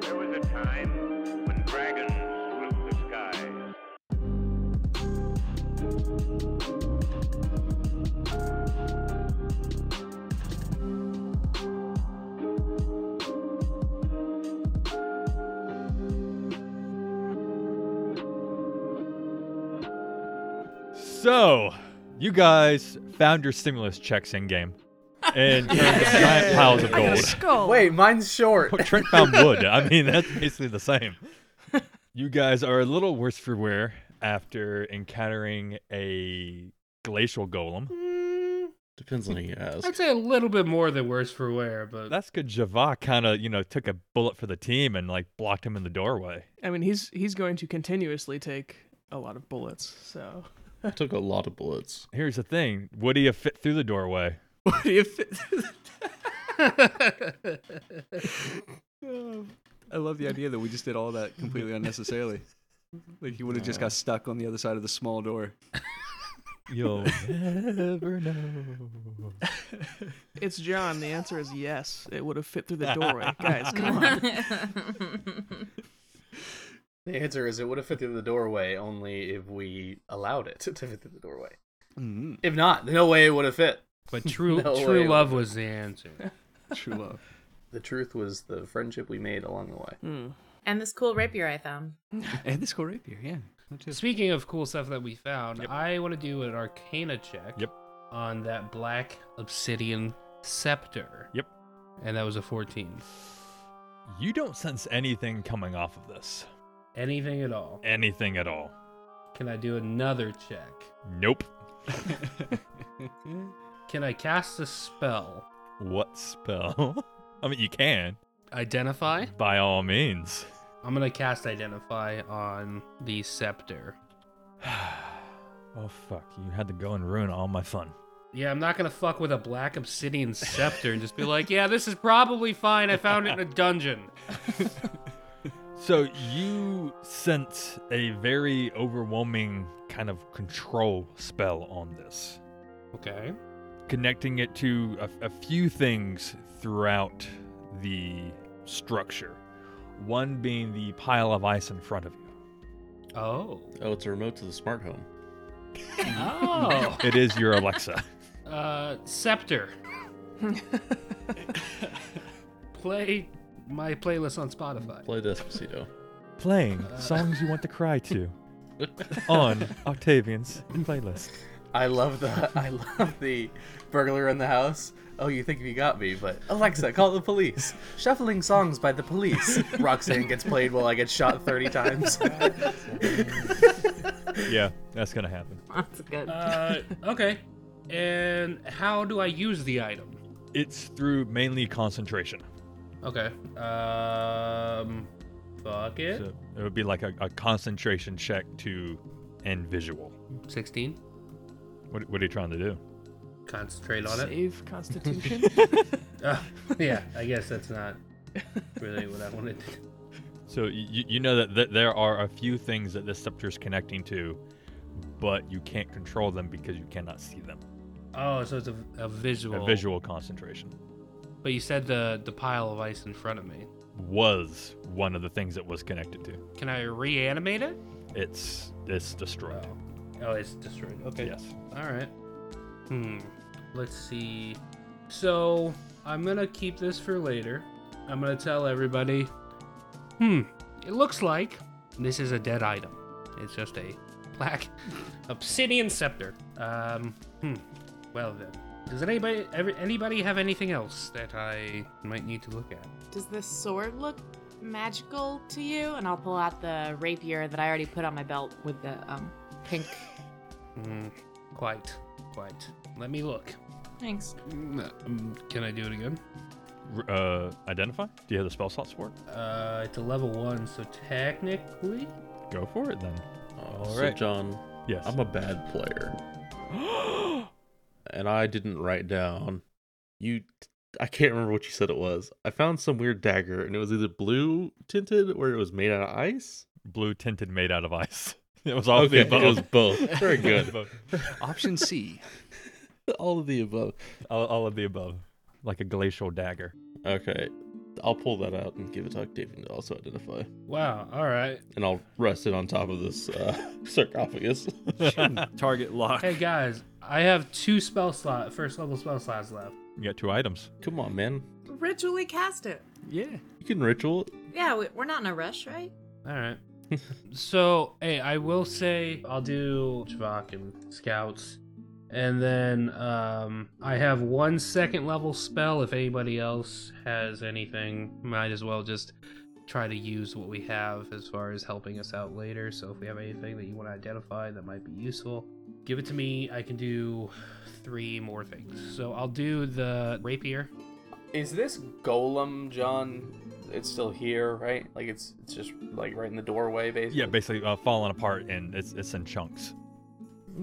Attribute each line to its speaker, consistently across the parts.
Speaker 1: There was a time when dragons ruled the skies.
Speaker 2: So, you guys found your stimulus checks in game and turned to giant piles of
Speaker 3: I got a
Speaker 2: gold.
Speaker 3: skull.
Speaker 4: Wait, mine's short.
Speaker 2: Trent found wood. I mean, that's basically the same. You guys are a little worse for wear after encountering a glacial golem.
Speaker 5: Depends on who you ask.
Speaker 6: I'd say a little bit more than worse for wear, but
Speaker 2: That's good. Java kind of, you know, took a bullet for the team and like blocked him in the doorway.
Speaker 3: I mean, he's he's going to continuously take a lot of bullets. So
Speaker 5: I took a lot of bullets.
Speaker 2: Here's the thing Woody have fit through the doorway.
Speaker 3: what do you? Fit-
Speaker 7: I love the idea that we just did all that completely unnecessarily. Like he would have just got stuck on the other side of the small door.
Speaker 2: You'll never know.
Speaker 3: it's John. The answer is yes. It would have fit through the doorway. Guys, come on.
Speaker 4: The answer is it would have fit through the doorway only if we allowed it to fit through the doorway.
Speaker 7: Mm,
Speaker 4: If not, no way it would have fit.
Speaker 6: but true
Speaker 4: No
Speaker 6: true
Speaker 4: way.
Speaker 6: love was the answer.
Speaker 7: true love.
Speaker 4: The truth was the friendship we made along the way.
Speaker 3: Hmm.
Speaker 8: and this cool rapier I found.
Speaker 7: And this cool rapier, yeah. that too.
Speaker 6: Speaking of cool stuff that we found, I want to do an arcana check
Speaker 2: Yep.
Speaker 6: on that black obsidian scepter.
Speaker 2: Yep.
Speaker 6: And that was a 14.
Speaker 2: You don't sense anything coming off of this.
Speaker 6: Anything at all.
Speaker 2: Anything at all.
Speaker 6: Can I do another check?
Speaker 2: Nope.
Speaker 6: Can I cast a spell?
Speaker 2: What spell? I mean, you can,
Speaker 6: Identify?
Speaker 2: by all means.
Speaker 6: I'm going to cast Identify on the scepter.
Speaker 2: Oh, fuck. You had to go and ruin all my fun.
Speaker 6: Yeah, I'm not gonna fuck with a black obsidian scepter and just be like, yeah, this is probably fine. I found it in a dungeon.
Speaker 2: So you sense a very overwhelming kind of control spell on this,
Speaker 6: Okay.
Speaker 2: connecting it to a, a few things throughout the structure. One being the pile of ice in front of you.
Speaker 6: Oh.
Speaker 5: Oh, it's a remote to the smart home.
Speaker 6: Oh.
Speaker 2: It is your Alexa.
Speaker 6: uh, scepter. Play my playlist on Spotify.
Speaker 5: Play Despacito.
Speaker 2: Playing songs you want to cry to on Octavian's playlist.
Speaker 4: I love the I love the burglar in the house. Oh, you think you got me, but Alexa, call the police. Shuffling songs by the police. Roxanne gets played while I get shot 30 times.
Speaker 2: Yeah, that's going to happen.
Speaker 8: That's good.
Speaker 6: Uh, okay. And how do I use the item?
Speaker 2: It's through mainly concentration.
Speaker 6: Okay. Um, fuck it.
Speaker 2: So it would be like a, a concentration check to end visual.
Speaker 6: 16.
Speaker 2: What, what are you trying to do?
Speaker 6: Concentrate on it.
Speaker 3: Save Constitution.
Speaker 6: Uh, yeah, I guess that's not really what I wanted.
Speaker 2: So you, you know that th- there are a few things that this scepter is connecting to, but you can't control them because you cannot see them.
Speaker 6: Oh, so it's a, a visual.
Speaker 2: A visual concentration
Speaker 6: But you said the the pile of ice in front of me.
Speaker 2: was one of the things it was connected to.
Speaker 6: Can I reanimate it?
Speaker 2: It's it's
Speaker 6: Oh,
Speaker 2: destroyed.
Speaker 6: oh it's destroyed. Okay.
Speaker 2: Yes.
Speaker 6: All right. Hmm. Let's see. So I'm gonna keep this for later. I'm gonna tell everybody. Hmm. It looks like this is a dead item. It's just a black obsidian scepter. Um. Hmm. Well then. Does anybody every, anybody have anything else that I might need to look at?
Speaker 8: Does this sword look magical to you? And I'll pull out the rapier that I already put on my belt with the um, pink.
Speaker 6: Mm, quite, quite. Let me look.
Speaker 8: Thanks.
Speaker 6: Um, Can I do it again?
Speaker 2: R- Uh, identify. Do you have the spell slots for it?
Speaker 6: Uh, it's a level one, so technically,
Speaker 2: Go for it then.
Speaker 5: Uh, so
Speaker 2: right.
Speaker 5: John,
Speaker 2: Yes.
Speaker 5: I'm a bad player. and I didn't write down. You, I can't remember what you said it was. I found some weird dagger, and it was either blue tinted or it was made out of ice.
Speaker 2: blue tinted, made out of ice. It was all
Speaker 5: okay,
Speaker 2: of the
Speaker 5: it was
Speaker 2: above.
Speaker 5: both. Very good.
Speaker 7: Option C.
Speaker 5: All of the above.
Speaker 2: all, all of the above, like a glacial dagger.
Speaker 5: Okay, I'll pull that out and give it to Octavian to also identify,
Speaker 6: Wow. All right.
Speaker 5: and I'll rest it on top of this uh, sarcophagus.
Speaker 7: Target lock.
Speaker 6: Hey guys, I have two spell slot, first level spell slots left.
Speaker 2: You got two items.
Speaker 5: Come on, man,
Speaker 8: Ritually cast it.
Speaker 7: Yeah.
Speaker 5: you can ritual it.
Speaker 8: Yeah, we, we're not in a rush, right?
Speaker 6: All right. so, hey, I will say I'll do Javok and Scouts. And then um, I have one second level spell. If anybody else has anything, might as well just try to use what we have as far as helping us out later. So if we have anything that you want to identify that might be useful, give it to me. I can do three more things. So I'll do the rapier.
Speaker 4: Is this golem, John? It's still here, right? Like it's it's just like right in the doorway, basically.
Speaker 2: Yeah, basically uh, falling apart and it's it's in chunks.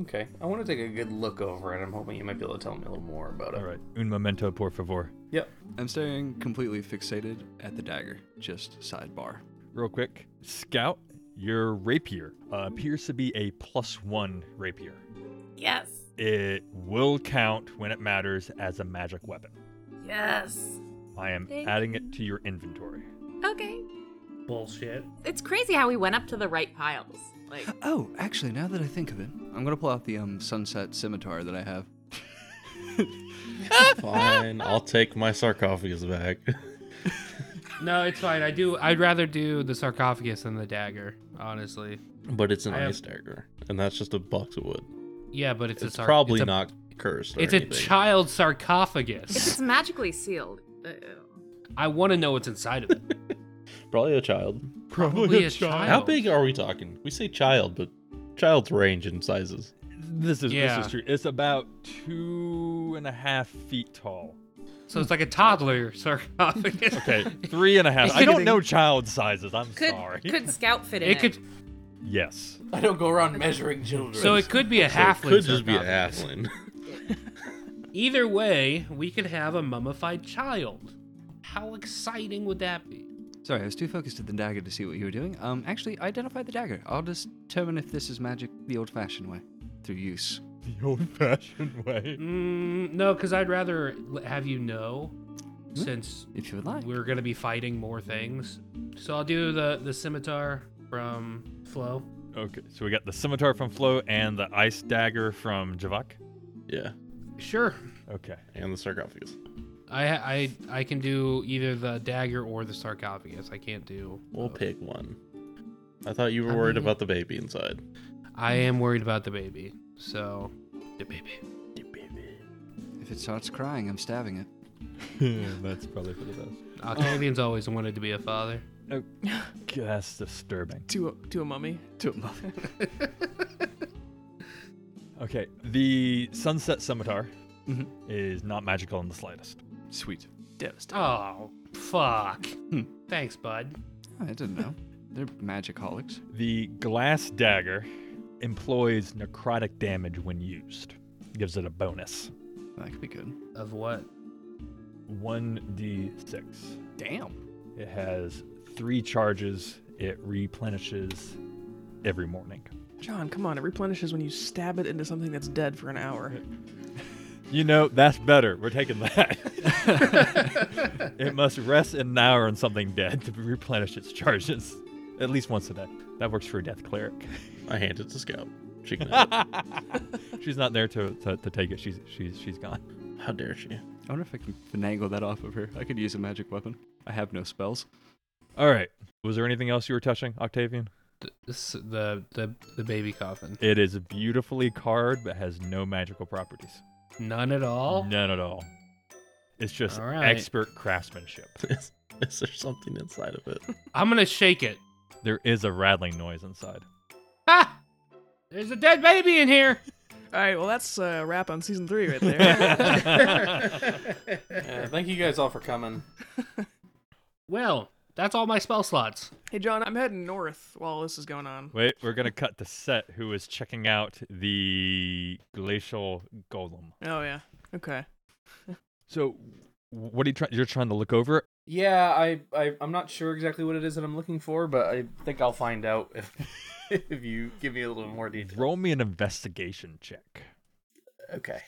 Speaker 4: Okay. I want to take a good look over it. I'm hoping you might be able to tell me a little more about it.
Speaker 2: All right, un momento, por favor.
Speaker 4: Yep.
Speaker 7: I'm staring completely fixated at the dagger. Just sidebar.
Speaker 2: Real quick, Scout, your rapier uh, appears to be a plus one rapier.
Speaker 8: Yes.
Speaker 2: It will count when it matters as a magic weapon.
Speaker 8: Yes.
Speaker 2: I am
Speaker 8: Thank
Speaker 2: adding it to your inventory.
Speaker 8: Okay.
Speaker 6: Bullshit.
Speaker 8: It's crazy how we went up to the right piles. Like,
Speaker 7: Oh, actually, now that I think of it, I'm gonna pull out the um sunset scimitar that I have.
Speaker 5: Fine, I'll take my sarcophagus back.
Speaker 6: No, it's fine. I do. I'd rather do the sarcophagus than the dagger, honestly.
Speaker 5: But it's an
Speaker 6: I have-
Speaker 5: ice dagger, and that's just a box of wood.
Speaker 6: Yeah, but it's,
Speaker 5: It's,
Speaker 6: a sar-
Speaker 5: probably
Speaker 6: it's a-
Speaker 5: not cursed. Or
Speaker 6: It's a
Speaker 5: anything.
Speaker 6: child
Speaker 8: if it's
Speaker 6: sarcophagus.
Speaker 8: magically sealed. Uh,
Speaker 6: I want to know what's inside of it.
Speaker 5: Probably a child.
Speaker 6: Probably a child.
Speaker 5: How big are we talking? We say child, but child's range in sizes.
Speaker 2: This is
Speaker 6: Yeah.
Speaker 2: this is true. It's about two and a half feet tall.
Speaker 6: So it's like a toddler sarcophagus.
Speaker 2: Okay, three and a half. I don't know child sizes. I'm
Speaker 8: could
Speaker 2: sorry.
Speaker 8: could scout fit in
Speaker 6: It could.
Speaker 2: Yes.
Speaker 4: I don't go around measuring children.
Speaker 6: So it could be a
Speaker 5: So it
Speaker 6: halfling.
Speaker 5: could just be a
Speaker 6: sarcophagus.
Speaker 5: halfling.
Speaker 6: Either way, we could have a mummified child. How exciting would that be?
Speaker 7: Sorry, I was too focused at the dagger to see what you were doing. Um, actually, identify the dagger. I'll just determine if this is magic the old-fashioned way, through use.
Speaker 2: The old fashioned way.
Speaker 6: Mm, no, because I'd rather l- have you know,
Speaker 5: Hmm?
Speaker 6: since
Speaker 7: If you would like.
Speaker 6: we're gonna be fighting more things. So I'll do the the scimitar from Flo.
Speaker 2: Okay, so we got the scimitar from Flo and the ice dagger from Javak.
Speaker 5: yeah,
Speaker 6: Sure,
Speaker 2: Okay.
Speaker 5: and the sarcophagus.
Speaker 6: I I I can do either the dagger or the sarcophagus. I can't do.
Speaker 5: We'll
Speaker 6: both.
Speaker 5: pick one. I thought you were
Speaker 6: I
Speaker 5: worried
Speaker 6: mean-
Speaker 5: about the baby inside.
Speaker 6: I am worried about the baby. So the baby.
Speaker 7: If it starts crying, I'm stabbing it.
Speaker 2: That's probably for the best.
Speaker 6: Octavian's always wanted to be a father.
Speaker 2: That's disturbing.
Speaker 3: To a, to a mummy.
Speaker 7: To a mother.
Speaker 2: Okay, the sunset scimitar
Speaker 7: Mhm.
Speaker 2: is not magical in the slightest.
Speaker 7: Sweet.
Speaker 3: Devastating.
Speaker 6: Oh fuck.
Speaker 7: Hmm.
Speaker 6: Thanks, bud.
Speaker 7: I didn't know. They're magicolics.
Speaker 2: The glass dagger employs necrotic damage when used, gives it a bonus
Speaker 7: That could be good.
Speaker 6: Of what?
Speaker 2: 1d6.
Speaker 7: Damn.
Speaker 2: It has three charges, it replenishes every morning.
Speaker 3: John, come on. It replenishes when you stab it into something that's dead for an hour.
Speaker 2: You know, that's better. We're taking that. it must rest an hour on something dead to replenish its charges at least once a day. That works for a death cleric.
Speaker 5: I hand it to Scout. She can have it.
Speaker 2: She's not there to, to, to take it. She's she's she's gone.
Speaker 5: How dare she?
Speaker 7: I wonder if I can finagle that off of her. I could use a magic weapon. I have no spells.
Speaker 2: All right. Was there anything else you were touching, Octavian?
Speaker 6: Th- this- The the the baby coffin.
Speaker 2: It is beautifully carved, but has no magical properties.
Speaker 6: None at all.
Speaker 2: None at all. It's just
Speaker 6: All right.
Speaker 2: expert craftsmanship.
Speaker 5: Is, is there something inside of it?
Speaker 6: I'm gonna shake it.
Speaker 2: There is a rattling noise inside.
Speaker 6: Ha! There's a dead baby in here.
Speaker 3: All right. Well, that's uh, a wrap on season three right there.
Speaker 4: Yeah, thank you guys all for coming.
Speaker 6: Well, that's all my spell slots.
Speaker 3: hey, John, I'm heading north while this is going on.
Speaker 2: Wait, we're gonna cut to Set, who is checking out the glacial golem.
Speaker 3: Oh yeah. Okay.
Speaker 2: So, what are you trying? You're trying to look over it.
Speaker 4: Yeah, I, I I'm not sure exactly what it is that I'm looking for, but I think I'll find out if if you give me a little more detail.
Speaker 2: Roll me an investigation check.
Speaker 4: Okay.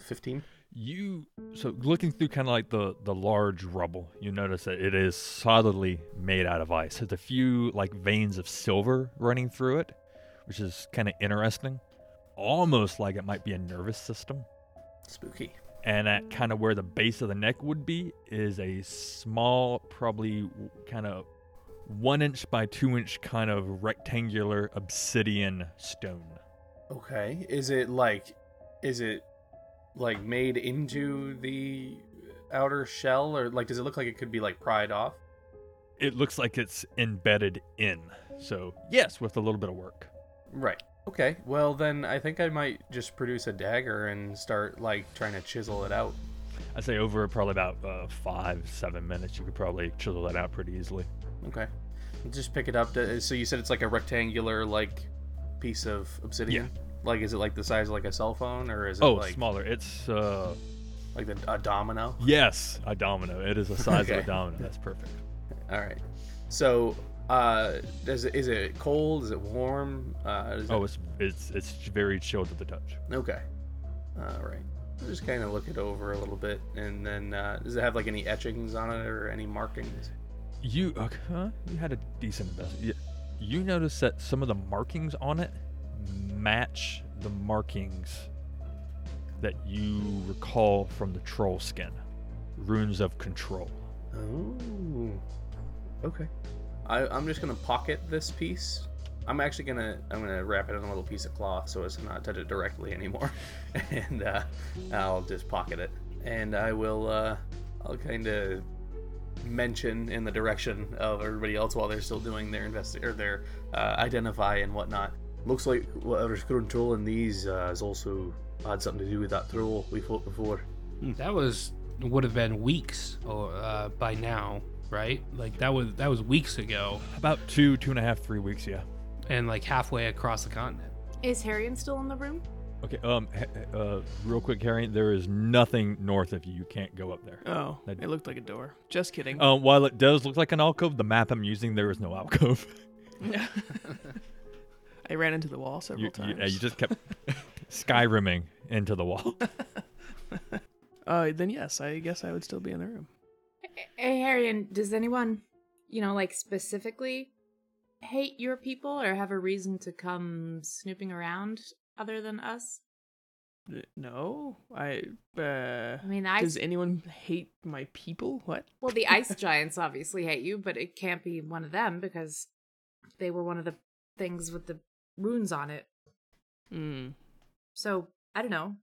Speaker 4: Fifteen.
Speaker 2: you so looking through kind of like the the large rubble you notice that it is solidly made out of ice there's a few like veins of silver running through it which is kind of interesting almost like it might be a nervous system
Speaker 4: Spooky.
Speaker 2: and at kind of where the base of the neck would be is a small probably kind of one inch by two inch kind of rectangular obsidian stone
Speaker 4: Okay. Is it like is it like made into the outer shell or like does it look like it could be like pried off?
Speaker 2: it looks like it's embedded in so yes with a little bit of work
Speaker 4: Right. Okay. Well, then I think I might just produce a dagger and start like trying to chisel it out.
Speaker 2: I'd say over probably about uh, five, seven minutes, you could probably chisel that out pretty easily.
Speaker 4: Okay. Just pick it up. To, so you said it's like a rectangular like piece of obsidian. Like is it like the size of like a cell phone or is it
Speaker 2: Oh,
Speaker 4: like
Speaker 2: smaller. It's uh,
Speaker 4: like the, a domino?
Speaker 2: yes, a domino. It is the size of
Speaker 4: Okay.
Speaker 2: a domino. That's perfect.
Speaker 4: All right. So uh is it, is it cold? Is it warm? Uh is
Speaker 2: Oh,
Speaker 4: it-
Speaker 2: it's it's it's very chilled to the touch.
Speaker 4: okay. All right. I'll just kind of look it over a little bit and then uh does it have like any etchings on it or any markings?
Speaker 2: You okay? huh? You had a decent investment. You, you notice that some of the markings on it match the markings that you recall from the troll skin, runes of control.
Speaker 4: Oh. Okay. I, I'm just gonna pocket this piece. I'm actually gonna I'm gonna wrap it in a little piece of cloth so as to not touch it directly anymore, and uh, I'll just pocket it. And I will uh, I'll kind of mention in the direction of everybody else while they're still doing their invest or their uh, identify and whatnot. Looks like whatever's controlling these uh, has also had something to do with that troll we fought before.
Speaker 6: That was would have been weeks or uh, by now, right? Like that was that was weeks ago,
Speaker 2: About two, two and a half, three weeks, yeah.
Speaker 6: and like halfway across the continent.
Speaker 8: Is Harrion still in the room?
Speaker 2: Okay, um, h- h- uh, real quick, Harry, there is nothing north of you. You can't go up there.
Speaker 3: Oh,
Speaker 2: That-
Speaker 3: it looked like a door. Just kidding.
Speaker 2: Um, while it does look like an alcove, the map I'm using, there is no alcove.
Speaker 3: I ran into the wall several
Speaker 2: you, you,
Speaker 3: times.
Speaker 2: yeah, you just kept Skyrimming into the wall.
Speaker 3: uh, then yes, I guess I would still be in the room.
Speaker 8: Hey, Harrion, does anyone, you know, like specifically hate your people or have a reason to come snooping around other than us?
Speaker 3: Uh, No, I. Uh,
Speaker 8: I mean, I
Speaker 3: does anyone hate my people? What?
Speaker 8: well, the ice giants obviously hate you, but it can't be one of them because they were one of the things with the runes on it.
Speaker 3: Hmm.
Speaker 8: So I don't know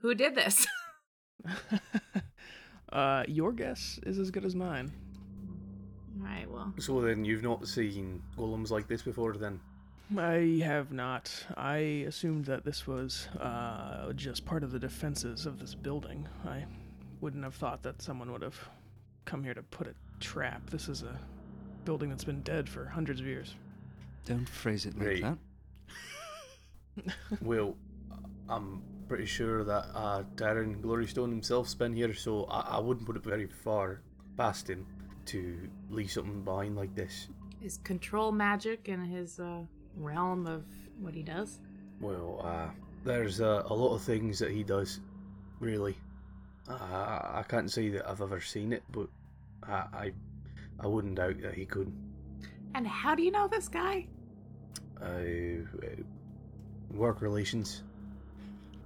Speaker 8: who did this.
Speaker 3: uh, your guess is as good as mine.
Speaker 8: All right, well,
Speaker 4: So then you've not seen golems like this before then?
Speaker 3: I have not. I assumed that this was uh, just part of the defenses of this building. I wouldn't have thought that someone would have come here to put a trap. This is a building that's been dead for hundreds of years.
Speaker 7: Don't phrase it like
Speaker 4: Great.
Speaker 7: that.
Speaker 4: Well, I'm pretty sure that uh, Darren Glorystone himself's been here, so I, I wouldn't put it very far past him to leave something behind like this.
Speaker 8: his control magic and his uh, realm of what he does.
Speaker 4: Well, uh, there's uh, a lot of things that he does, really. Uh, I can't say that I've ever seen it, but I, I, I wouldn't doubt that he could.
Speaker 8: And how do you know this guy?
Speaker 4: Uh, uh, work relations.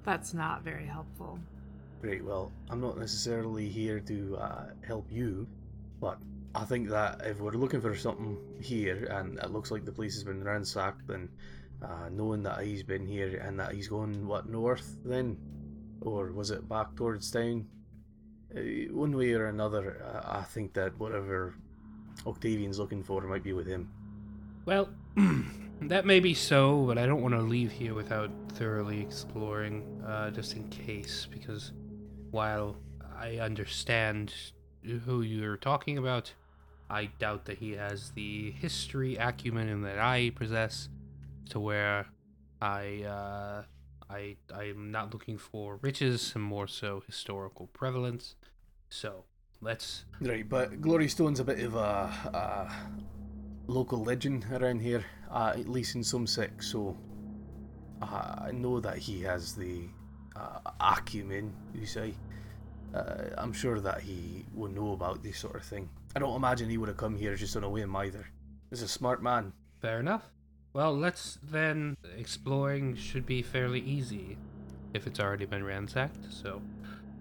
Speaker 8: That's not very helpful.
Speaker 4: Great. Well, I'm not necessarily here to uh, help you, but I think that if we're looking for something here, and it looks like the place has been ransacked, then uh, knowing that he's been here and that he's going what north then, or was it back towards town? Uh, one way or another, uh, I think that whatever Octavian's looking for might be with him.
Speaker 6: Well, that may be so, but I don't want to leave here without thoroughly exploring, uh, just in case. Because while I understand who you're talking about, I doubt that he has the history acumen that I possess, to where I uh, I I'm not looking for riches and more so historical prevalence. So let's
Speaker 4: Right, but Glory Stone's a bit of a, a local legend around here, uh, at least in some sects, so I know that he has the uh, acumen, you say. Uh, I'm sure that he will know about this sort of thing. I don't imagine he would have come here just on a whim either. He's a smart man.
Speaker 6: Fair enough. Well, let's then. Exploring should be fairly easy if it's already been ransacked. So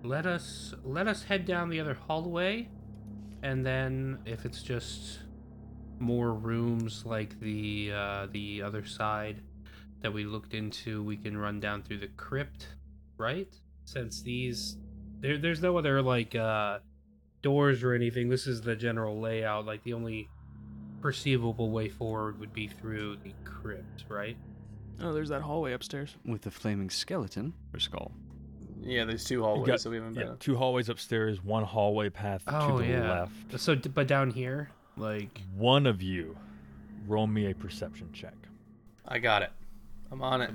Speaker 6: let us let us head down the other hallway, and then if it's just more rooms like the uh, the other side that we looked into, we can run down through the crypt, right? Since these there there's no other like uh, doors or anything. This is the general layout. Like the only perceivable way forward would be through the crypt, right?
Speaker 3: Oh, there's that hallway upstairs.
Speaker 7: With the flaming skeleton or skull.
Speaker 4: Yeah, there's two
Speaker 2: You
Speaker 4: hallways,
Speaker 2: got-
Speaker 4: so we haven't been.
Speaker 2: yeah, two hallways upstairs, one hallway path
Speaker 6: Oh,
Speaker 2: to the left.
Speaker 6: So, d- but down here, like,
Speaker 2: One of you, roll me a perception check.
Speaker 4: I got it. I'm on it.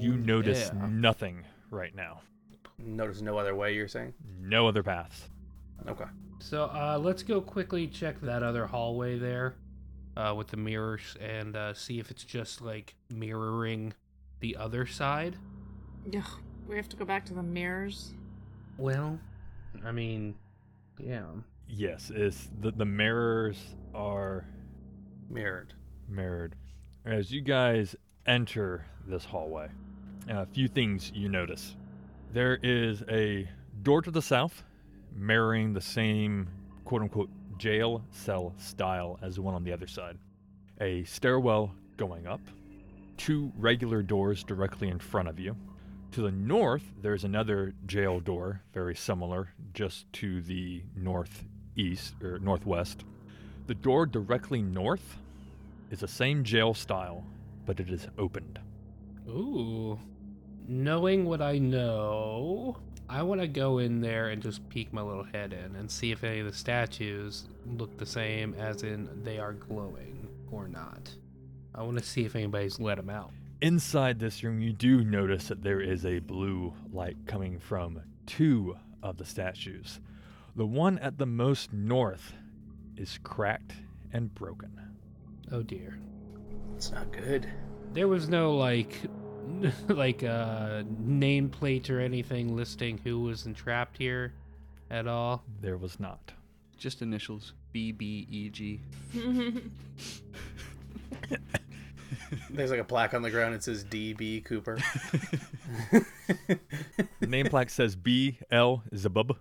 Speaker 2: You notice
Speaker 6: yeah.
Speaker 2: nothing right now.
Speaker 4: Notice no other way. You're saying?
Speaker 2: No other paths.
Speaker 4: Okay.
Speaker 6: So uh, let's go quickly check that other hallway there uh, with the mirrors and uh, see if it's just like mirroring the other side.
Speaker 8: Ugh, we have to go back to the mirrors.
Speaker 6: Well, I mean, yeah.
Speaker 2: Yes, it's the, the mirrors are
Speaker 4: Mirrored.
Speaker 2: mirrored. As you guys enter this hallway, a few things you notice. There is a door to the south, mirroring the same quote unquote jail cell style as the one on the other side. A stairwell going up, two regular doors directly in front of you. To the north, there's another jail door, very similar, just to the northeast or northwest. The door directly north it's the same jail style, but it is opened.
Speaker 6: Ooh. Knowing what I know, I want to go in there and just peek my little head in and see if any of the statues look the same as in they are glowing or not. I want to see if anybody's let them out.
Speaker 2: Inside this room, you do notice that there is a blue light coming from two of the statues. The one at the most north is cracked and broken.
Speaker 6: Oh dear.
Speaker 4: It's not good.
Speaker 6: There was no like like uh nameplate or anything listing who was entrapped here at all.
Speaker 2: There was not.
Speaker 7: Just initials B B E G.
Speaker 4: There's like a plaque on the ground. It says D.B. Cooper.
Speaker 2: The name plaque says B L Zabub.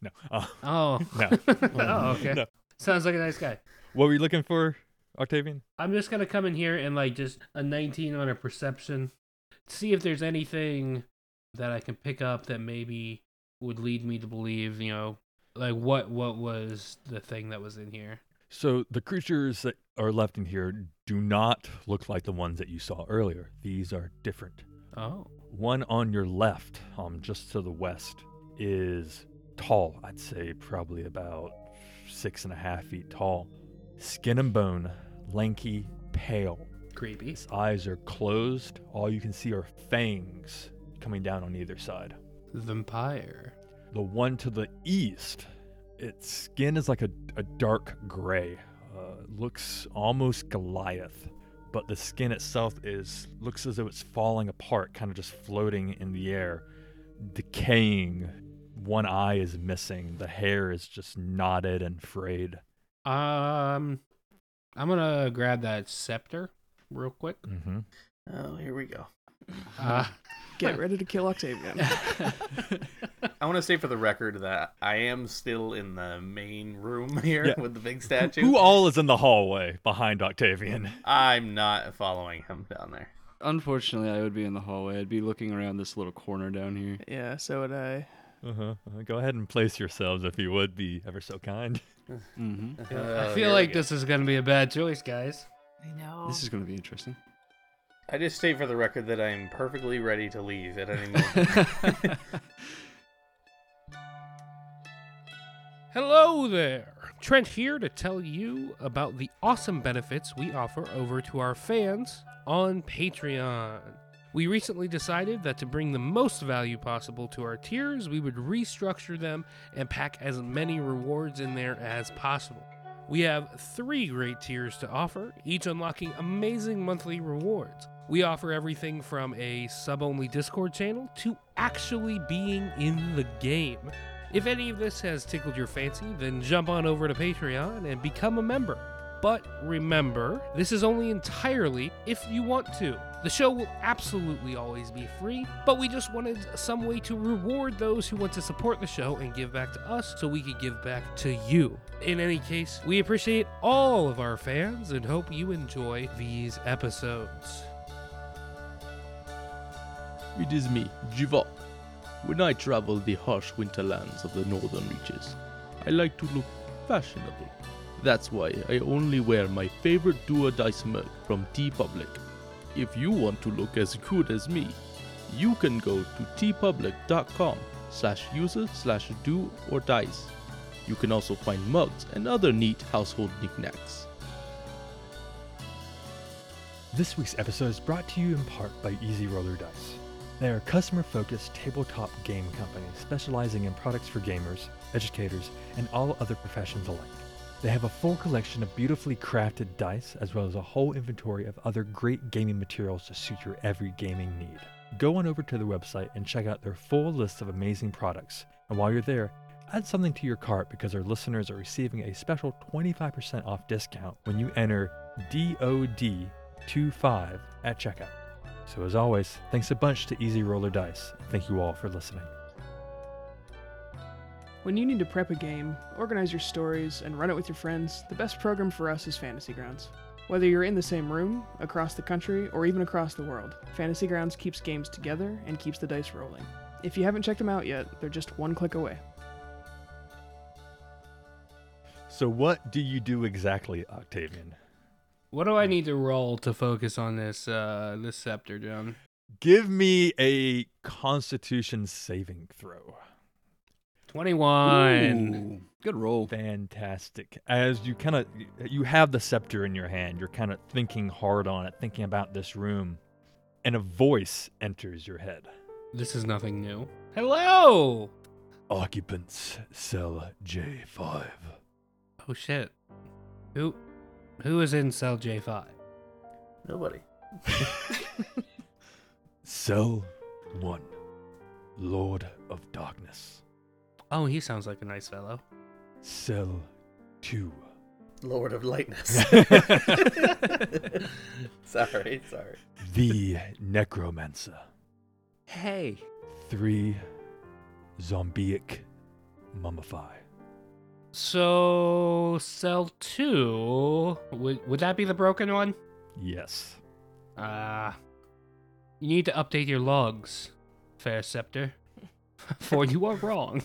Speaker 2: No. Uh,
Speaker 6: Oh.
Speaker 2: No.
Speaker 6: oh, okay.
Speaker 2: No.
Speaker 6: Sounds like a nice guy.
Speaker 2: what were you looking for, Octavian?
Speaker 6: I'm just gonna come in here and like just a 19 on a perception, see if there's anything that I can pick up that maybe would lead me to believe, you know, like what what was the thing that was in here.
Speaker 2: So the creatures that are left in here do not look like the ones that you saw earlier. These are different.
Speaker 6: Oh,
Speaker 2: One on your left, um, just to the west, is tall. I'd say probably about six and a half feet tall. Skin and bone, lanky, pale.
Speaker 6: creepy.
Speaker 2: His eyes are closed. All you can see are fangs coming down on either side.
Speaker 6: Vampire.
Speaker 2: The one to the east, its skin is like a, a dark gray. Uh, looks almost Goliath, but the skin itself is looks as though it's falling apart, kind of just floating in the air, decaying. One eye is missing. The hair is just knotted and frayed.
Speaker 6: Um, I'm gonna grab that scepter real quick.
Speaker 2: Mm-hmm.
Speaker 4: oh, here we go.
Speaker 6: Uh,
Speaker 3: Get ready to kill Octavian.
Speaker 4: I want to say for the record that I am still in the main room here
Speaker 2: Yeah.
Speaker 4: with the big statue.
Speaker 2: Who all is in the hallway behind Octavian?
Speaker 4: I'm not following him down there.
Speaker 7: Unfortunately, I would be in the hallway. I'd be looking around this little corner down here.
Speaker 3: yeah, so would I.
Speaker 2: Uh-huh. uh, Go ahead and place yourselves if you would be ever so kind.
Speaker 7: hmm
Speaker 6: I feel like this is gonna be a bad choice, guys.
Speaker 8: I know.
Speaker 7: This is going to be interesting.
Speaker 4: I just state for the record that I'm perfectly ready to leave at any moment.
Speaker 6: Hello there! Trent here to tell you about the awesome benefits we offer over to our fans on Patreon. We recently decided that to bring the most value possible to our tiers, we would restructure them and pack as many rewards in there as possible. We have three great tiers to offer, each unlocking amazing monthly rewards. We offer everything from a sub only Discord channel to actually being in the game. If any of this has tickled your fancy, then jump on over to Patreon and become a member. But remember, this is only entirely if you want to. The show will absolutely always be free, but we just wanted some way to reward those who want to support the show and give back to us so we could give back to you. In any case, we appreciate all of our fans and hope you enjoy these episodes.
Speaker 5: It is me, Jivok. When I travel the harsh winter lands of the northern reaches, I like to look fashionable. That's why I only wear my favorite duo dice merc from T Public. If you want to look as good as me, you can go to tpublic.com slash user slash do or dice. You can also find mugs and other neat household knickknacks.
Speaker 2: This week's episode is brought to you in part by Easy Roller Dice. They are customer focused tabletop game company specializing in products for gamers, educators, and all other professions alike. They have a full collection of beautifully crafted dice as well as a whole inventory of other great gaming materials to suit your every gaming need. Go on over to their website and check out their full list of amazing products. And while you're there, add something to your cart because our listeners are receiving a special 25% off discount when you enter DOD25 at checkout. So, as always, thanks a bunch to Easy Roller Dice. Thank you all for listening.
Speaker 3: When you need to prep a game, organize your stories, and run it with your friends, the best program for us is Fantasy Grounds. Whether you're in the same room, across the country, or even across the world, Fantasy Grounds keeps games together and keeps the dice rolling. If you haven't checked them out yet, they're just one click away.
Speaker 2: So, what do you do exactly, Octavian?
Speaker 6: What do I need to roll to focus on this uh this scepter, John?
Speaker 2: Give me a Constitution saving throw.
Speaker 6: 21.
Speaker 7: Ooh, good roll.
Speaker 2: Fantastic. As you kind of you have the scepter in your hand, you're kind of thinking hard on it, thinking about this room, and a voice enters your head.
Speaker 6: This is nothing new. Hello.
Speaker 2: Occupants, cell J5.
Speaker 6: Oh shit. Who who is in cell J5?
Speaker 4: Nobody.
Speaker 2: Cell 1. Lord of Darkness.
Speaker 6: Oh, he sounds like a nice fellow.
Speaker 2: Cell 2.
Speaker 4: Lord of Lightness. sorry, sorry.
Speaker 2: The Necromancer.
Speaker 7: Hey.
Speaker 2: 3. Zombiic Mummify.
Speaker 6: So cell 2 would would that be the broken one?
Speaker 2: Yes.
Speaker 6: Uh You need to update your logs, fair scepter. For you are wrong.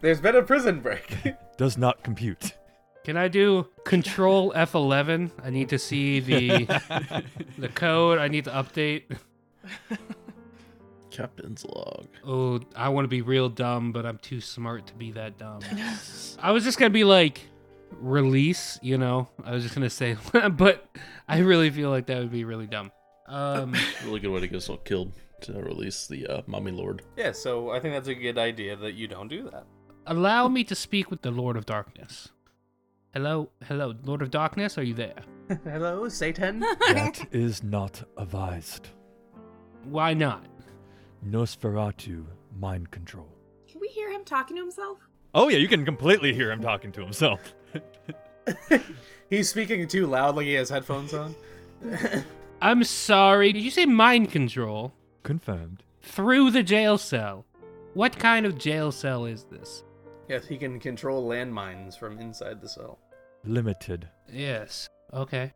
Speaker 4: There's been a prison break.
Speaker 2: Does not compute.
Speaker 6: Can I do control F11? I need to see the the code. I need to update.
Speaker 5: Captain's log.
Speaker 6: Oh, I want to be real dumb, but I'm too smart to be that dumb. I was just gonna be like release, you know. I was just gonna say, but I really feel like that would be really dumb. Um,
Speaker 5: Really good way to get us all killed to release the uh, Mummy Lord.
Speaker 4: yeah, so I think that's a good idea that you don't do that.
Speaker 6: allow me to speak with the Lord of Darkness. Hello, hello, Lord of Darkness, are you there?
Speaker 4: Hello, Satan.
Speaker 2: That is not advised.
Speaker 6: Why not?
Speaker 2: Nosferatu mind control.
Speaker 8: Can we hear him talking to himself?
Speaker 2: Oh yeah, you can completely hear him talking to himself.
Speaker 4: He's speaking too loud, like he has headphones on.
Speaker 6: I'm sorry. Did you say mind control
Speaker 2: Confirmed.
Speaker 6: through the jail cell? What kind of jail cell is this?
Speaker 4: Yes, he can control landmines from inside the cell.
Speaker 2: Limited.
Speaker 6: Yes. Okay.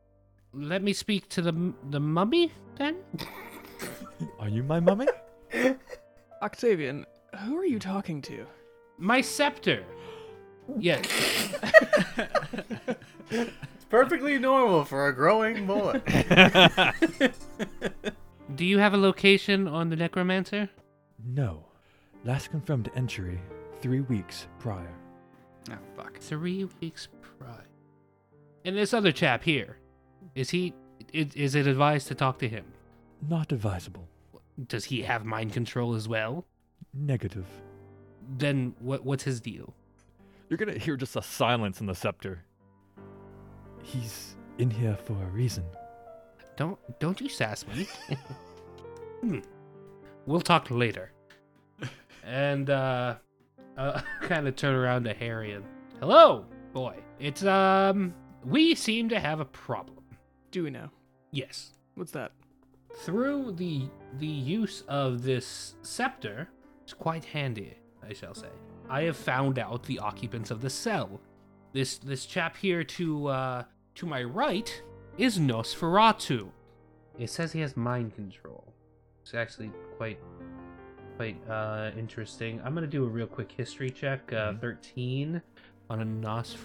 Speaker 6: Let me speak to the the mummy then.
Speaker 2: Are you my mummy?
Speaker 3: Octavian, who are you talking to?
Speaker 6: My scepter. Yes.
Speaker 4: It's perfectly normal for a growing boy.
Speaker 6: Do you have a location on the necromancer?
Speaker 2: no. Last confirmed entry three weeks prior.
Speaker 7: Oh, fuck.
Speaker 6: Three weeks prior. And this other chap here, is he? Is, is it advised to talk to him?
Speaker 2: Not advisable.
Speaker 6: Does he have mind control as well?
Speaker 2: Negative.
Speaker 6: Then what? What's his deal?
Speaker 2: You're gonna hear just a silence in the scepter. He's in here for a reason.
Speaker 6: Don't don't you sass me. We'll talk later. and uh, uh kind of turn around to Harry and hello, boy. It's um, we seem to have a problem.
Speaker 3: Do we know?
Speaker 6: Yes,
Speaker 3: What's that?
Speaker 6: through the the use of this scepter, it's quite handy, I shall say. I have found out the occupants of the cell. This this chap here to uh, to my right is Nosferatu. It says he has mind control. It's actually quite quite uh, interesting. I'm gonna do a real quick history check. Uh, Thirteen on a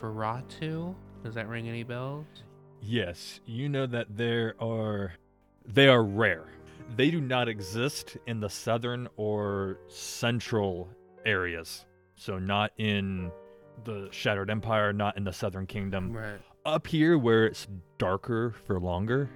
Speaker 6: Nosferatu. Does that ring any bells?
Speaker 2: Yes, you know that there are they are rare. They do not exist in the southern or central areas. So not in the Shattered Empire, not in the Southern Kingdom.
Speaker 6: Right.
Speaker 2: Up here where it's darker for longer,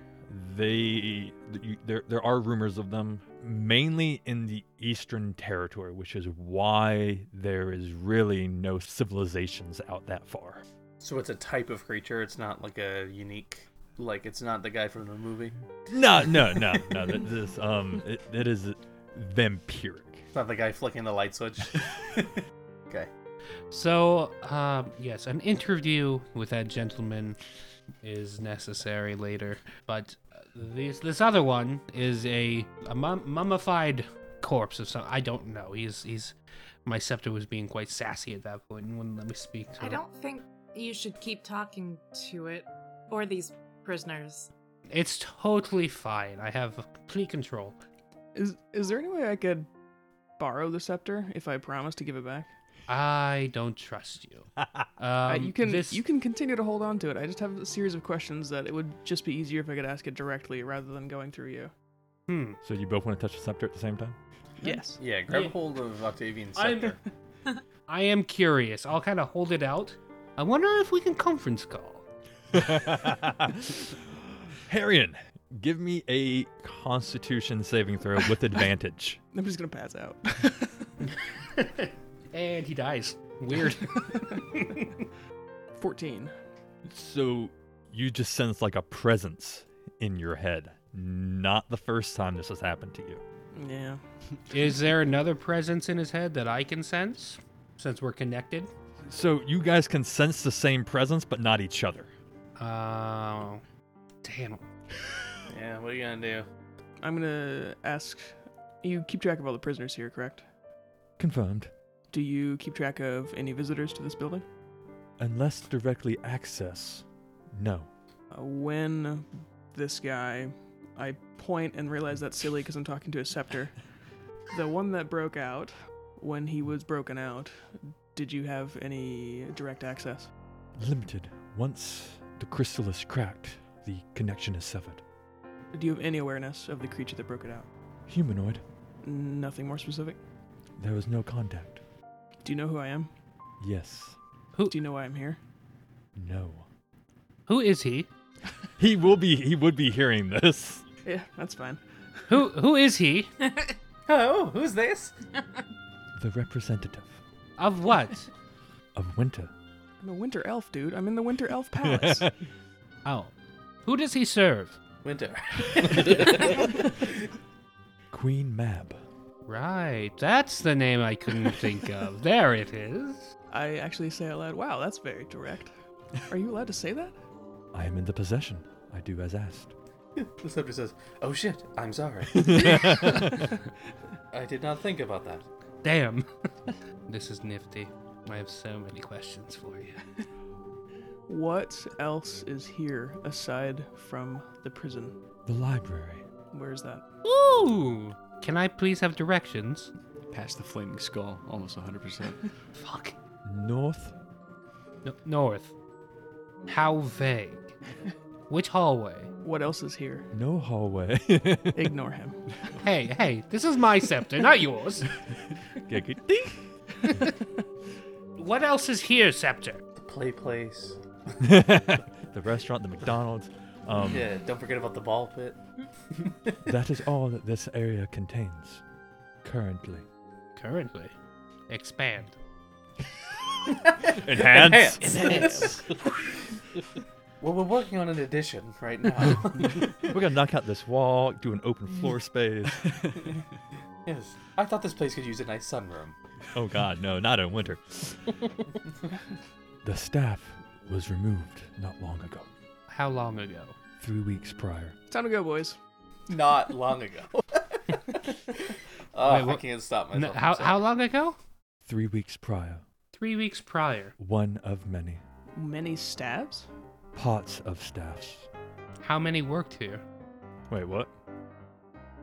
Speaker 2: they th- you- there there are rumors of them mainly in the eastern territory, which is why there is really no civilizations out that far.
Speaker 4: So it's a type of creature. It's not like a unique, like it's not the guy from the movie.
Speaker 2: No, no, no, no. th- This um, it, it is vampiric.
Speaker 4: It's not the guy flicking the light switch. okay.
Speaker 6: So, um, yes, an interview with that gentleman is necessary later, but uh, this this other one is a, a mum- mummified corpse of some. I don't know. He's he's my scepter was being quite sassy at that point and wouldn't let me speak to
Speaker 8: I
Speaker 6: him.
Speaker 8: don't think you should keep talking to it or these prisoners.
Speaker 6: It's totally fine. I have complete control.
Speaker 3: Is is there any way I could borrow the scepter if I promise to give it back?
Speaker 6: I don't trust you.
Speaker 3: Uh,
Speaker 6: Um,
Speaker 3: you can
Speaker 6: this-
Speaker 3: you can continue to hold on to it. I just have a series of questions that it would just be easier if I could ask it directly rather than going through you.
Speaker 6: Hmm.
Speaker 2: So you both want to touch the scepter at the same time?
Speaker 3: Yes.
Speaker 4: Yeah, grab
Speaker 6: Yeah.
Speaker 4: hold of Octavian's
Speaker 6: I'm-
Speaker 4: scepter.
Speaker 6: I am curious. I'll kind of hold it out. I wonder if we can conference call.
Speaker 2: Harrion, give me a Constitution saving throw with advantage.
Speaker 3: I'm just gonna pass out.
Speaker 6: and he dies. Weird.
Speaker 3: Fourteen.
Speaker 2: so you just sense like a presence in your head. Not the first time this has happened to you.
Speaker 3: Yeah.
Speaker 6: Is there another presence in his head that I can sense since we're connected?
Speaker 2: So you guys can sense the same presence, but not each other.
Speaker 6: Oh, damn.
Speaker 4: yeah, what are you gonna do?
Speaker 3: I'm gonna ask. You keep track of all the prisoners here, correct?
Speaker 2: Confirmed.
Speaker 3: Do you keep track of any visitors to this building?
Speaker 2: Unless directly access, no.
Speaker 3: Uh, when this guy, I point and realize that's silly because I'm talking to a scepter. the one that broke out, when he was broken out, did you have any direct access?
Speaker 2: Limited. Once the crystal is cracked, the connection is severed.
Speaker 3: Do you have any awareness of the creature that broke it out?
Speaker 2: Humanoid,
Speaker 3: Nothing more specific.
Speaker 2: there was no contact.
Speaker 3: Do you know who I am?
Speaker 2: Yes.
Speaker 3: Do you know why I'm here?
Speaker 2: No.
Speaker 6: Who is he?
Speaker 2: He will be he would be hearing this.
Speaker 3: Yeah, that's fine.
Speaker 6: Who who is he?
Speaker 4: Oh, who's this?
Speaker 2: The representative
Speaker 6: Of what?
Speaker 2: of winter.
Speaker 3: I'm a winter elf, dude. I'm in the winter elf palace.
Speaker 6: Oh. Who does he serve?
Speaker 4: Winter.
Speaker 2: Queen Mab.
Speaker 6: Right. That's the name I couldn't think of. There it is.
Speaker 3: I actually say out loud, wow, that's very direct. Are you allowed to say that?
Speaker 2: I am in the possession. I do as asked.
Speaker 4: the scepter says, "Oh shit, I'm sorry. I did not think about that."
Speaker 6: Damn. this is nifty. I have so many questions for you.
Speaker 3: What else is here aside from the prison?
Speaker 2: The library.
Speaker 3: Where is that?
Speaker 6: Ooh. Can I please have directions?
Speaker 7: Past the flaming skull, almost 100%.
Speaker 6: Fuck.
Speaker 2: North.
Speaker 6: No, north. How vague. Which hallway?
Speaker 3: What else is here?
Speaker 2: No hallway.
Speaker 3: Ignore him.
Speaker 6: Hey, hey, this is my scepter, not yours. What else is here, scepter?
Speaker 4: The play place.
Speaker 2: the restaurant, the McDonald's. Um,
Speaker 4: Yeah, don't forget about the ball pit.
Speaker 2: That is all that this area contains. Currently.
Speaker 6: Currently. Expand.
Speaker 2: Enhance.
Speaker 4: Well, we're working on an addition right now.
Speaker 2: We're gonna knock out this wall, do an open floor space.
Speaker 4: yes. I thought this place could use a nice sunroom.
Speaker 2: Oh God, no, not in winter. the staff was removed not long ago,
Speaker 6: How long ago?
Speaker 2: three weeks prior.
Speaker 3: Time to go, boys.
Speaker 4: Not long ago. oh,
Speaker 6: Wait,
Speaker 4: I
Speaker 6: what-
Speaker 4: can't stop
Speaker 6: No,
Speaker 4: myself.
Speaker 6: how
Speaker 4: I'm sorry.
Speaker 6: how long ago?
Speaker 2: Three weeks prior,
Speaker 6: Three weeks prior.
Speaker 2: one of many
Speaker 3: Many stabs?
Speaker 2: pots of staffs.
Speaker 6: How many worked here?
Speaker 2: Wait, what?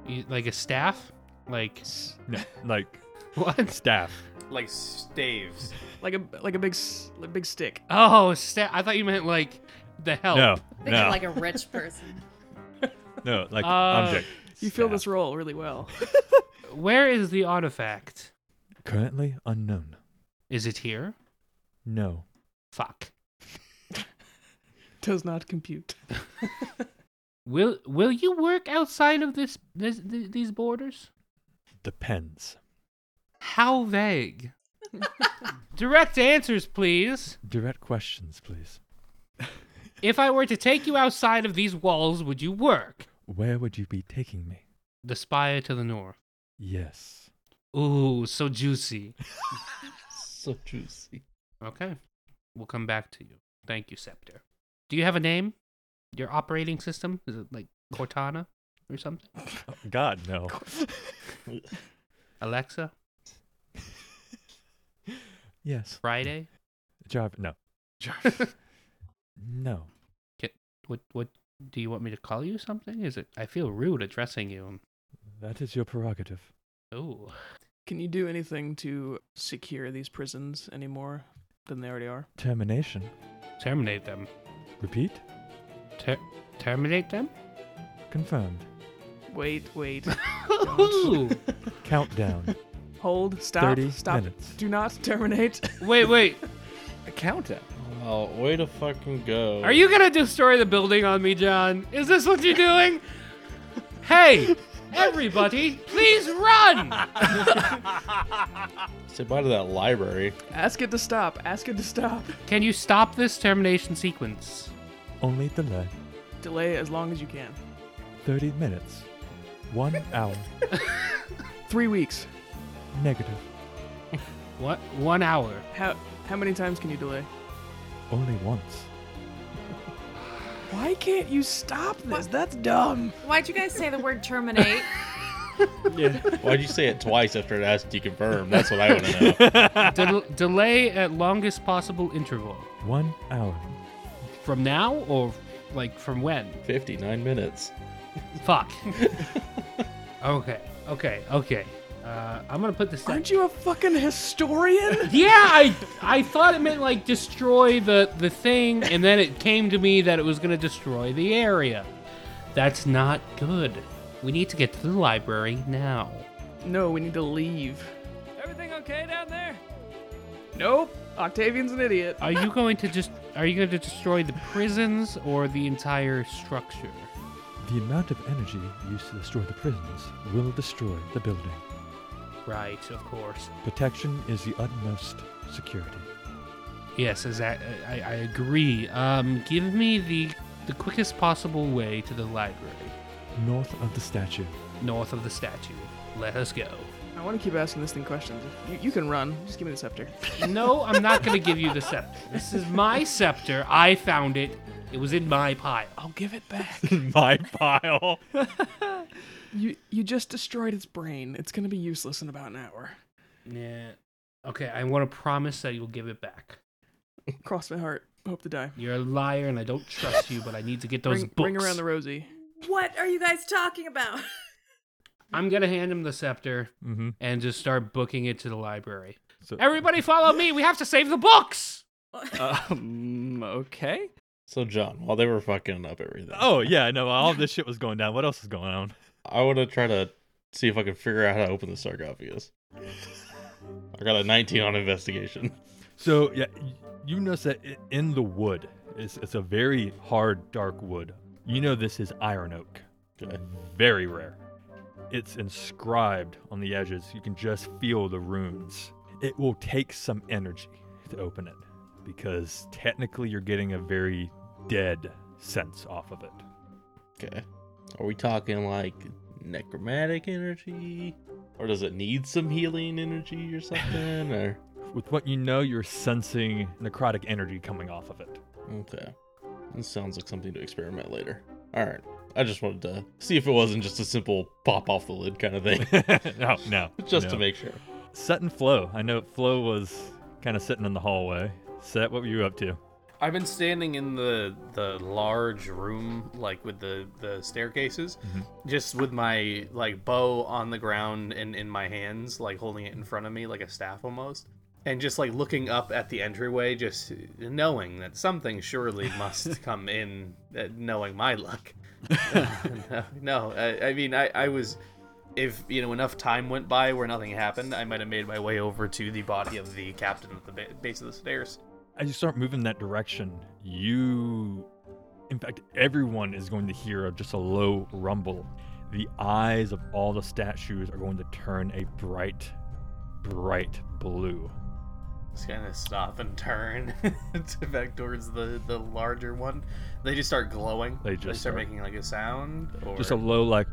Speaker 6: You, like a staff? Like
Speaker 2: No, like
Speaker 6: what?
Speaker 2: staff.
Speaker 4: Like staves.
Speaker 3: Like a like a big s- like a big stick.
Speaker 6: Oh, staff. I thought you meant like the
Speaker 3: Oh,
Speaker 6: help.
Speaker 2: No,
Speaker 9: Think
Speaker 2: no,
Speaker 9: of like a rich person.
Speaker 2: no, like
Speaker 6: Uh,
Speaker 2: object.
Speaker 3: You feel this
Speaker 2: Staff.
Speaker 3: role really well.
Speaker 6: Where is the artifact?
Speaker 2: Currently unknown.
Speaker 6: Is it here?
Speaker 2: No.
Speaker 6: Fuck.
Speaker 3: Does not compute.
Speaker 6: Will Will you work outside of this, this th- these borders?
Speaker 2: Depends.
Speaker 6: How vague. Direct answers, please.
Speaker 2: Direct questions, please.
Speaker 6: If I were to take you outside of these walls, would you work?
Speaker 2: Where would you be taking me?
Speaker 6: The spire to the north.
Speaker 2: Yes.
Speaker 6: Ooh, so juicy.
Speaker 5: So juicy.
Speaker 6: Okay. We'll come back to you. Thank you, Scepter. Do you have a name? Your operating system? Is it like Cortana or something?
Speaker 2: Oh, God, no.
Speaker 6: Alexa?
Speaker 2: Yes.
Speaker 6: Friday?
Speaker 2: Jarvis. No. No.
Speaker 6: What what do you want me to call you something? Is it I feel rude addressing you.
Speaker 2: That is your prerogative.
Speaker 6: Ooh.
Speaker 3: Can you do anything to secure these prisons any more than they already are?
Speaker 2: Termination.
Speaker 6: Terminate them.
Speaker 2: Repeat.
Speaker 6: Ter- terminate them?
Speaker 2: Confirmed.
Speaker 3: Wait, wait.
Speaker 6: Ooh.
Speaker 2: Countdown.
Speaker 3: Hold. Stop.
Speaker 2: 30
Speaker 3: stop.
Speaker 2: minutes.
Speaker 3: Do not terminate.
Speaker 6: wait, wait.
Speaker 7: A countdown.
Speaker 5: Oh, way to fucking go.
Speaker 6: Are you gonna destroy the building on me, John? Is this what you're doing? Hey, everybody, please run!
Speaker 5: Say bye to that library.
Speaker 3: Ask it to stop. Ask it to stop.
Speaker 6: Can you stop this termination sequence?
Speaker 2: Only delay.
Speaker 3: Delay as long as you can.
Speaker 2: 30 minutes. One hour.
Speaker 3: Three weeks.
Speaker 2: Negative.
Speaker 6: What? One hour.
Speaker 3: How how many times can you delay?
Speaker 2: Only once.
Speaker 3: Why can't you stop this? That's dumb.
Speaker 9: Why'd you guys say the word terminate?
Speaker 5: Why'd you say it twice after it asked to confirm? That's what I want to know.
Speaker 6: Del- delay at longest possible interval.
Speaker 2: One hour.
Speaker 6: From now or like from when?
Speaker 5: 59 minutes.
Speaker 6: Fuck. okay, okay, okay. Uh, I'm gonna put this. down.
Speaker 3: Aren't you a fucking historian?
Speaker 6: Yeah, I I thought it meant like destroy the the thing, and then it came to me that it was gonna destroy the area. That's not good. We need to get to the library now.
Speaker 3: no, we need to leave.
Speaker 6: Everything okay down there?
Speaker 3: Nope. Octavian's an idiot.
Speaker 6: Are you going to just are you going to destroy the prisons or the entire structure?
Speaker 2: The amount of energy used to destroy the prisons will destroy the building.
Speaker 6: Right, of course.
Speaker 2: Protection is the utmost security.
Speaker 6: Yes, is that I, I agree. Um, give me the the quickest possible way to the library,
Speaker 2: North of the statue.
Speaker 6: north of the statue. Let us go.
Speaker 3: I want to keep asking this thing questions. You, you can run. Just give me the scepter.
Speaker 6: No, I'm not going to give you the scepter. This is my scepter. I found it. It was in my pile.
Speaker 3: I'll give it back.
Speaker 2: My pile.
Speaker 3: you you just destroyed its brain. It's gonna be useless in about an hour.
Speaker 6: Yeah. Okay, I want to promise that you'll give it back.
Speaker 3: Cross my heart. Hope to die.
Speaker 6: You're a liar, and I don't trust you. But I need to get those
Speaker 3: Ring,
Speaker 6: books.
Speaker 3: ring around the rosy.
Speaker 9: what are you guys talking about?
Speaker 6: I'm gonna hand him the scepter
Speaker 2: Mm-hmm.
Speaker 6: and just start booking it to the library.
Speaker 2: So,
Speaker 6: Everybody, follow me. We have to save the books.
Speaker 7: Um, okay.
Speaker 5: So, John, while they were fucking up everything,
Speaker 2: Oh yeah, no, all this shit was going down. What else is going on?
Speaker 5: I want to try to see if I can figure out how to open the sarcophagus. I got a 19 on investigation.
Speaker 2: So yeah, y- you notice that i- in the wood, it's, it's a very hard, dark wood. You know this is iron oak,
Speaker 5: Okay.
Speaker 2: very rare. It's inscribed on the edges. You can just feel the runes. It will take some energy to open it because technically you're getting a very dead sense off of it.
Speaker 5: Okay. Are we talking like necromantic energy? Or does it need some healing energy or something? or
Speaker 2: With what you know, you're sensing necrotic energy coming off of it.
Speaker 5: okay. This sounds like something to experiment later. Alright. I just wanted to see if it wasn't just a simple pop off the lid kind of thing.
Speaker 2: no, no.
Speaker 5: just to
Speaker 2: no.
Speaker 5: make sure.
Speaker 2: Set and Flo. I know Flo was kind of sitting in the hallway. Set, what were you up to?
Speaker 4: I've been standing in the the large room, like with the the staircases, just with my like bow on the ground and in my hands, like holding it in front of me, like a staff almost, and just like looking up at the entryway, just knowing that something surely must come in, uh, knowing my luck. no, no I, I mean I, I was. If you know enough time went by where nothing happened, I might have made my way over to the body of the captain at the ba- base of the stairs.
Speaker 2: As you start moving that direction, you. In fact, everyone is going to hear of just a low rumble. The eyes of all the statues are going to turn a bright, bright blue.
Speaker 4: just kind of stop and turn to back towards the the larger one. They just start glowing.
Speaker 2: They just
Speaker 4: start,
Speaker 2: start-
Speaker 4: making like a sound. Or...
Speaker 2: Just a low, like.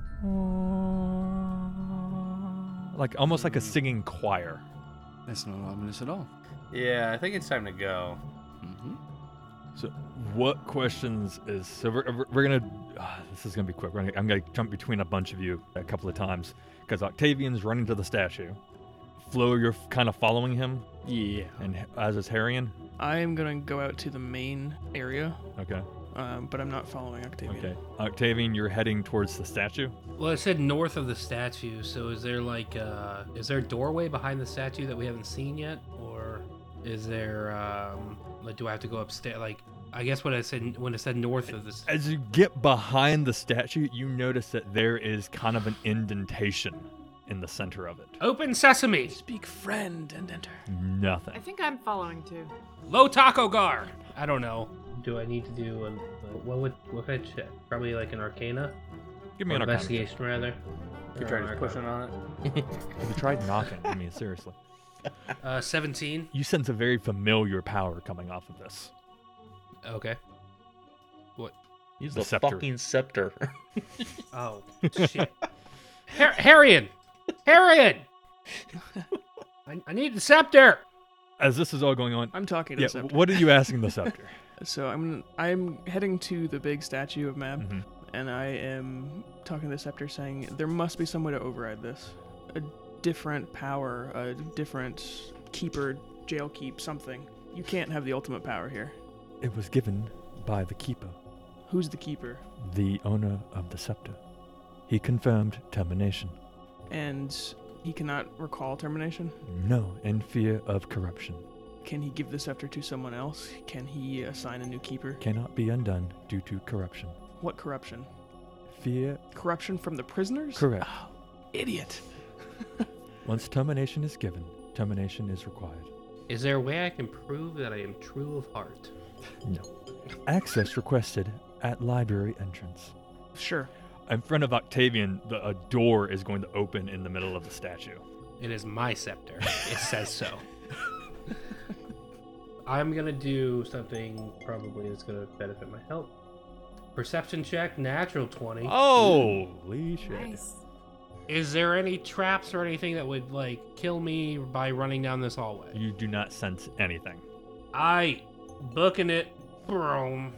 Speaker 2: Like almost like a singing choir.
Speaker 7: That's not ominous at all.
Speaker 4: yeah, I think it's time to go.
Speaker 7: hmm
Speaker 2: So, what questions is so we're, we're- we're gonna ah, this is gonna be quick. We're gonna, I'm gonna jump between a bunch of you a couple of times because Octavian's running to the statue. Flo, you're kind of following him,
Speaker 5: Yeah.
Speaker 2: and H- as is Harrion.
Speaker 3: I am going to go out to the main area,
Speaker 2: Okay,
Speaker 3: um, but I'm not following Octavian.
Speaker 2: okay. Octavian, you're heading towards the statue.
Speaker 6: Well, it said north of the statue, so is there like uh is there a doorway behind the statue that we haven't seen yet or is there um like do I have to go upstairs like I guess what I said when it said north of the st-
Speaker 2: As you get behind the statue, you notice that there is kind of an indentation in the center of it.
Speaker 6: Open sesame.
Speaker 3: Speak friend and enter.
Speaker 2: Nothing.
Speaker 8: I think I'm following too.
Speaker 6: Low taco gar. I don't know. Do I need to do an, what would what could I check? Probably like an arcana
Speaker 2: Give me an arcana. check.
Speaker 6: rather.
Speaker 4: You're trying to push on it.
Speaker 2: Have you tried knocking? I mean, seriously.
Speaker 6: Uh, seventeen.
Speaker 2: You sense a very familiar power coming off of this.
Speaker 6: Okay. What?
Speaker 5: Use
Speaker 2: The
Speaker 5: the,
Speaker 2: scepter.
Speaker 5: fucking scepter.
Speaker 6: Oh shit. Har- Harrion, Harrion. I, I need the scepter.
Speaker 2: As this is all going on,
Speaker 3: I'm talking to
Speaker 2: yeah,
Speaker 3: the scepter.
Speaker 2: what are you asking the scepter?
Speaker 3: So I'm I'm heading to the big statue of Mab,
Speaker 2: Mhm.
Speaker 3: and I am talking to the scepter, saying there must be some way to override this. A different power, a different keeper, jail keep, something. You can't have the ultimate power here.
Speaker 2: it was given by the keeper,
Speaker 3: Who's the keeper?
Speaker 2: the owner of the scepter. He confirmed termination.
Speaker 3: And he cannot recall termination.
Speaker 2: No, in fear of corruption.
Speaker 3: Can he give the scepter to someone else? Can he assign a new keeper?
Speaker 2: Cannot be undone due to corruption.
Speaker 3: What corruption?
Speaker 2: Fear.
Speaker 3: Corruption from the prisoners?
Speaker 2: Correct.
Speaker 3: Idiot.
Speaker 2: Once termination is given, termination is required.
Speaker 6: Is there a way I can prove that I am true of heart?
Speaker 2: No. Access requested at library entrance.
Speaker 3: Sure.
Speaker 2: In front of Octavian, the, a door is going to open in the middle of the statue.
Speaker 6: It is my scepter. It says so. I'm gonna do something probably that's gonna benefit my health. Perception check, natural twenty. Oh!
Speaker 2: Holy shit.
Speaker 9: Nice.
Speaker 6: Is there any traps or anything that would like kill me by running down this hallway?
Speaker 2: You do not sense anything.
Speaker 6: I booking it. Boom.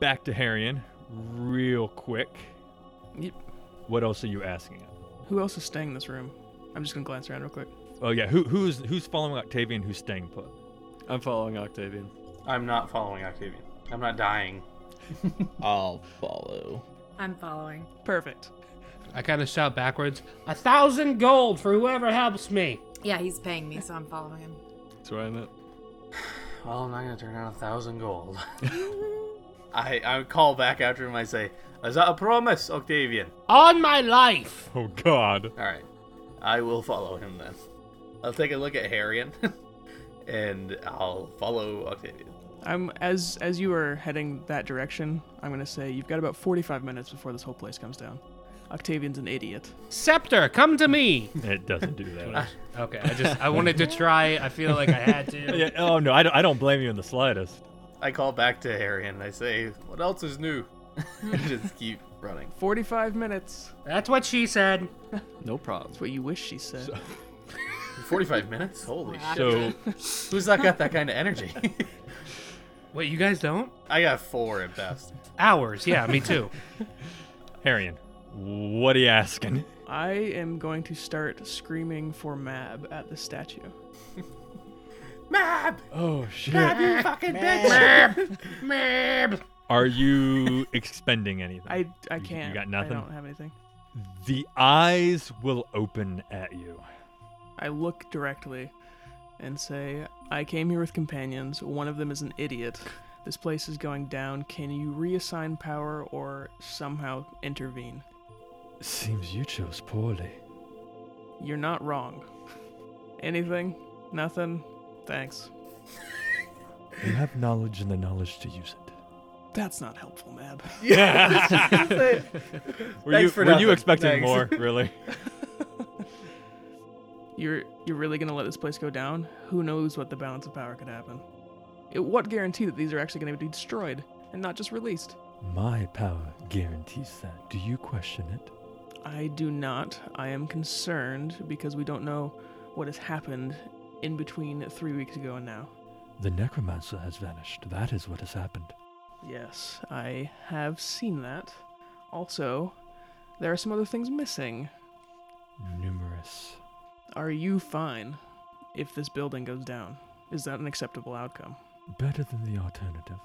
Speaker 2: Back to Harrion, real quick.
Speaker 3: Yep.
Speaker 2: What else are you asking?
Speaker 3: Who else is staying in this room? I'm just gonna glance around real quick.
Speaker 2: Oh yeah, who who's who's following Octavian? Who's staying put?
Speaker 7: I'm following Octavian.
Speaker 4: I'm not following Octavian. I'm not dying.
Speaker 5: I'll follow.
Speaker 9: I'm following.
Speaker 3: Perfect.
Speaker 6: I kind of shout backwards. A thousand gold for whoever helps me.
Speaker 9: Yeah, he's paying me, so I'm following him.
Speaker 7: That's where I'm at.
Speaker 4: Well, I'm not gonna turn down a thousand gold. I I call back after him. I say, "Is that a promise, Octavian?"
Speaker 6: On my life.
Speaker 2: Oh God.
Speaker 4: All right, I will follow him then. I'll take a look at Harrion, and I'll follow Octavian.
Speaker 3: I'm as as you are heading that direction. I'm gonna say you've got about 45 minutes before this whole place comes down. Octavian's an idiot.
Speaker 6: Scepter, come to me.
Speaker 2: It doesn't do that.
Speaker 6: Okay, I just I wanted to try. I feel like I had to.
Speaker 2: yeah, oh no, I don't, I don't blame you in the slightest.
Speaker 4: I call back to Harry and I say, "What else is new?" Just keep running.
Speaker 3: 45 minutes.
Speaker 6: That's what she said.
Speaker 7: No problem.
Speaker 3: That's what you wish she said.
Speaker 4: Forty-five minutes. Holy shit!
Speaker 2: So
Speaker 4: Who's not got that kind of energy?
Speaker 6: Wait, you guys don't?
Speaker 4: I got four at best.
Speaker 6: Hours. Yeah, me too.
Speaker 2: Harrion, what are you asking?
Speaker 3: I am going to start screaming for Mab at the statue.
Speaker 4: Mab,
Speaker 2: Oh shit.
Speaker 4: you fucking bitch!
Speaker 2: Are you expending anything?
Speaker 3: I, I
Speaker 2: You- you
Speaker 3: can't.
Speaker 2: got nothing?
Speaker 3: I don't have anything.
Speaker 2: The eyes will open at you.
Speaker 3: I look directly and say, I came here with companions. One of them is an idiot. This place is going down. Can you reassign power or somehow intervene?
Speaker 2: Seems you chose poorly.
Speaker 3: You're not wrong. Anything? Nothing? Thanks.
Speaker 2: You have knowledge and the knowledge to use it.
Speaker 3: That's not helpful, Mab.
Speaker 2: Were
Speaker 4: Thanks
Speaker 2: you
Speaker 4: for
Speaker 2: were you
Speaker 4: nothing.
Speaker 2: expecting
Speaker 4: Thanks.
Speaker 2: more, really?
Speaker 3: You're you're really gonna let this place go down? Who knows what the balance of power could happen? It, what guarantee that these are actually gonna be destroyed and not just released?
Speaker 2: My power guarantees that. Do you question it?
Speaker 3: I do not. I am concerned because we don't know what has happened in between three weeks ago and now.
Speaker 2: The necromancer has vanished. That is what has happened.
Speaker 3: Yes, I have seen that. Also, there are some other things missing.
Speaker 2: Numerous.
Speaker 3: Are you fine if this building goes down? Is that an acceptable outcome?
Speaker 2: Better than the alternative.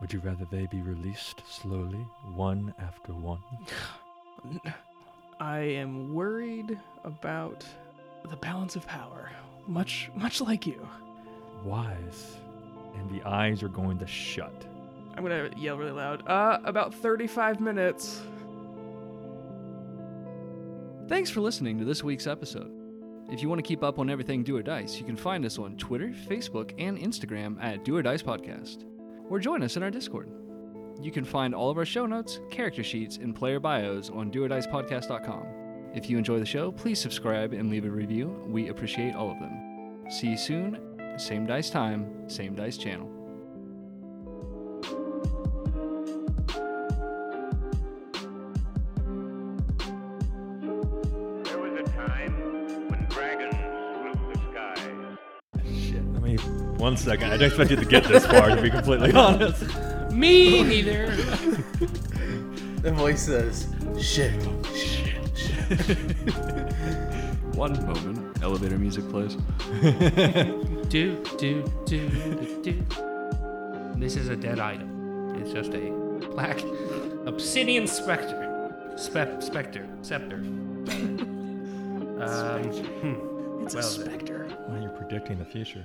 Speaker 2: Would you rather they be released slowly, one after one?
Speaker 3: I am worried about the balance of power, much much like you.
Speaker 2: Wise. And the eyes are going to shut.
Speaker 3: I'm gonna yell really loud. Uh, about 35 minutes.
Speaker 7: Thanks for listening to this week's episode. If you want to keep up on everything Do or Dice, you can find us on Twitter, Facebook, and Instagram at Do or Dice Podcast, or join us in our Discord. You can find all of our show notes, character sheets, and player bios on doordicepodcast.com. If you enjoy the show, please subscribe and leave a review. We appreciate all of them. See you soon, same dice time, same dice channel.
Speaker 1: There was a time when dragons ruled the skies.
Speaker 2: Shit. I mean, one second. I didn't expect you to get this far, to be completely honest.
Speaker 6: me neither.
Speaker 4: The voice says, "Shit, shit, shit."
Speaker 7: One moment, elevator music plays.
Speaker 6: do do do do do. This is a dead item. It's just a black obsidian specter. Spe- specter. Scepter. Um, hmm.
Speaker 3: It's a
Speaker 6: Well then.
Speaker 3: specter.
Speaker 2: Well, you're predicting the future.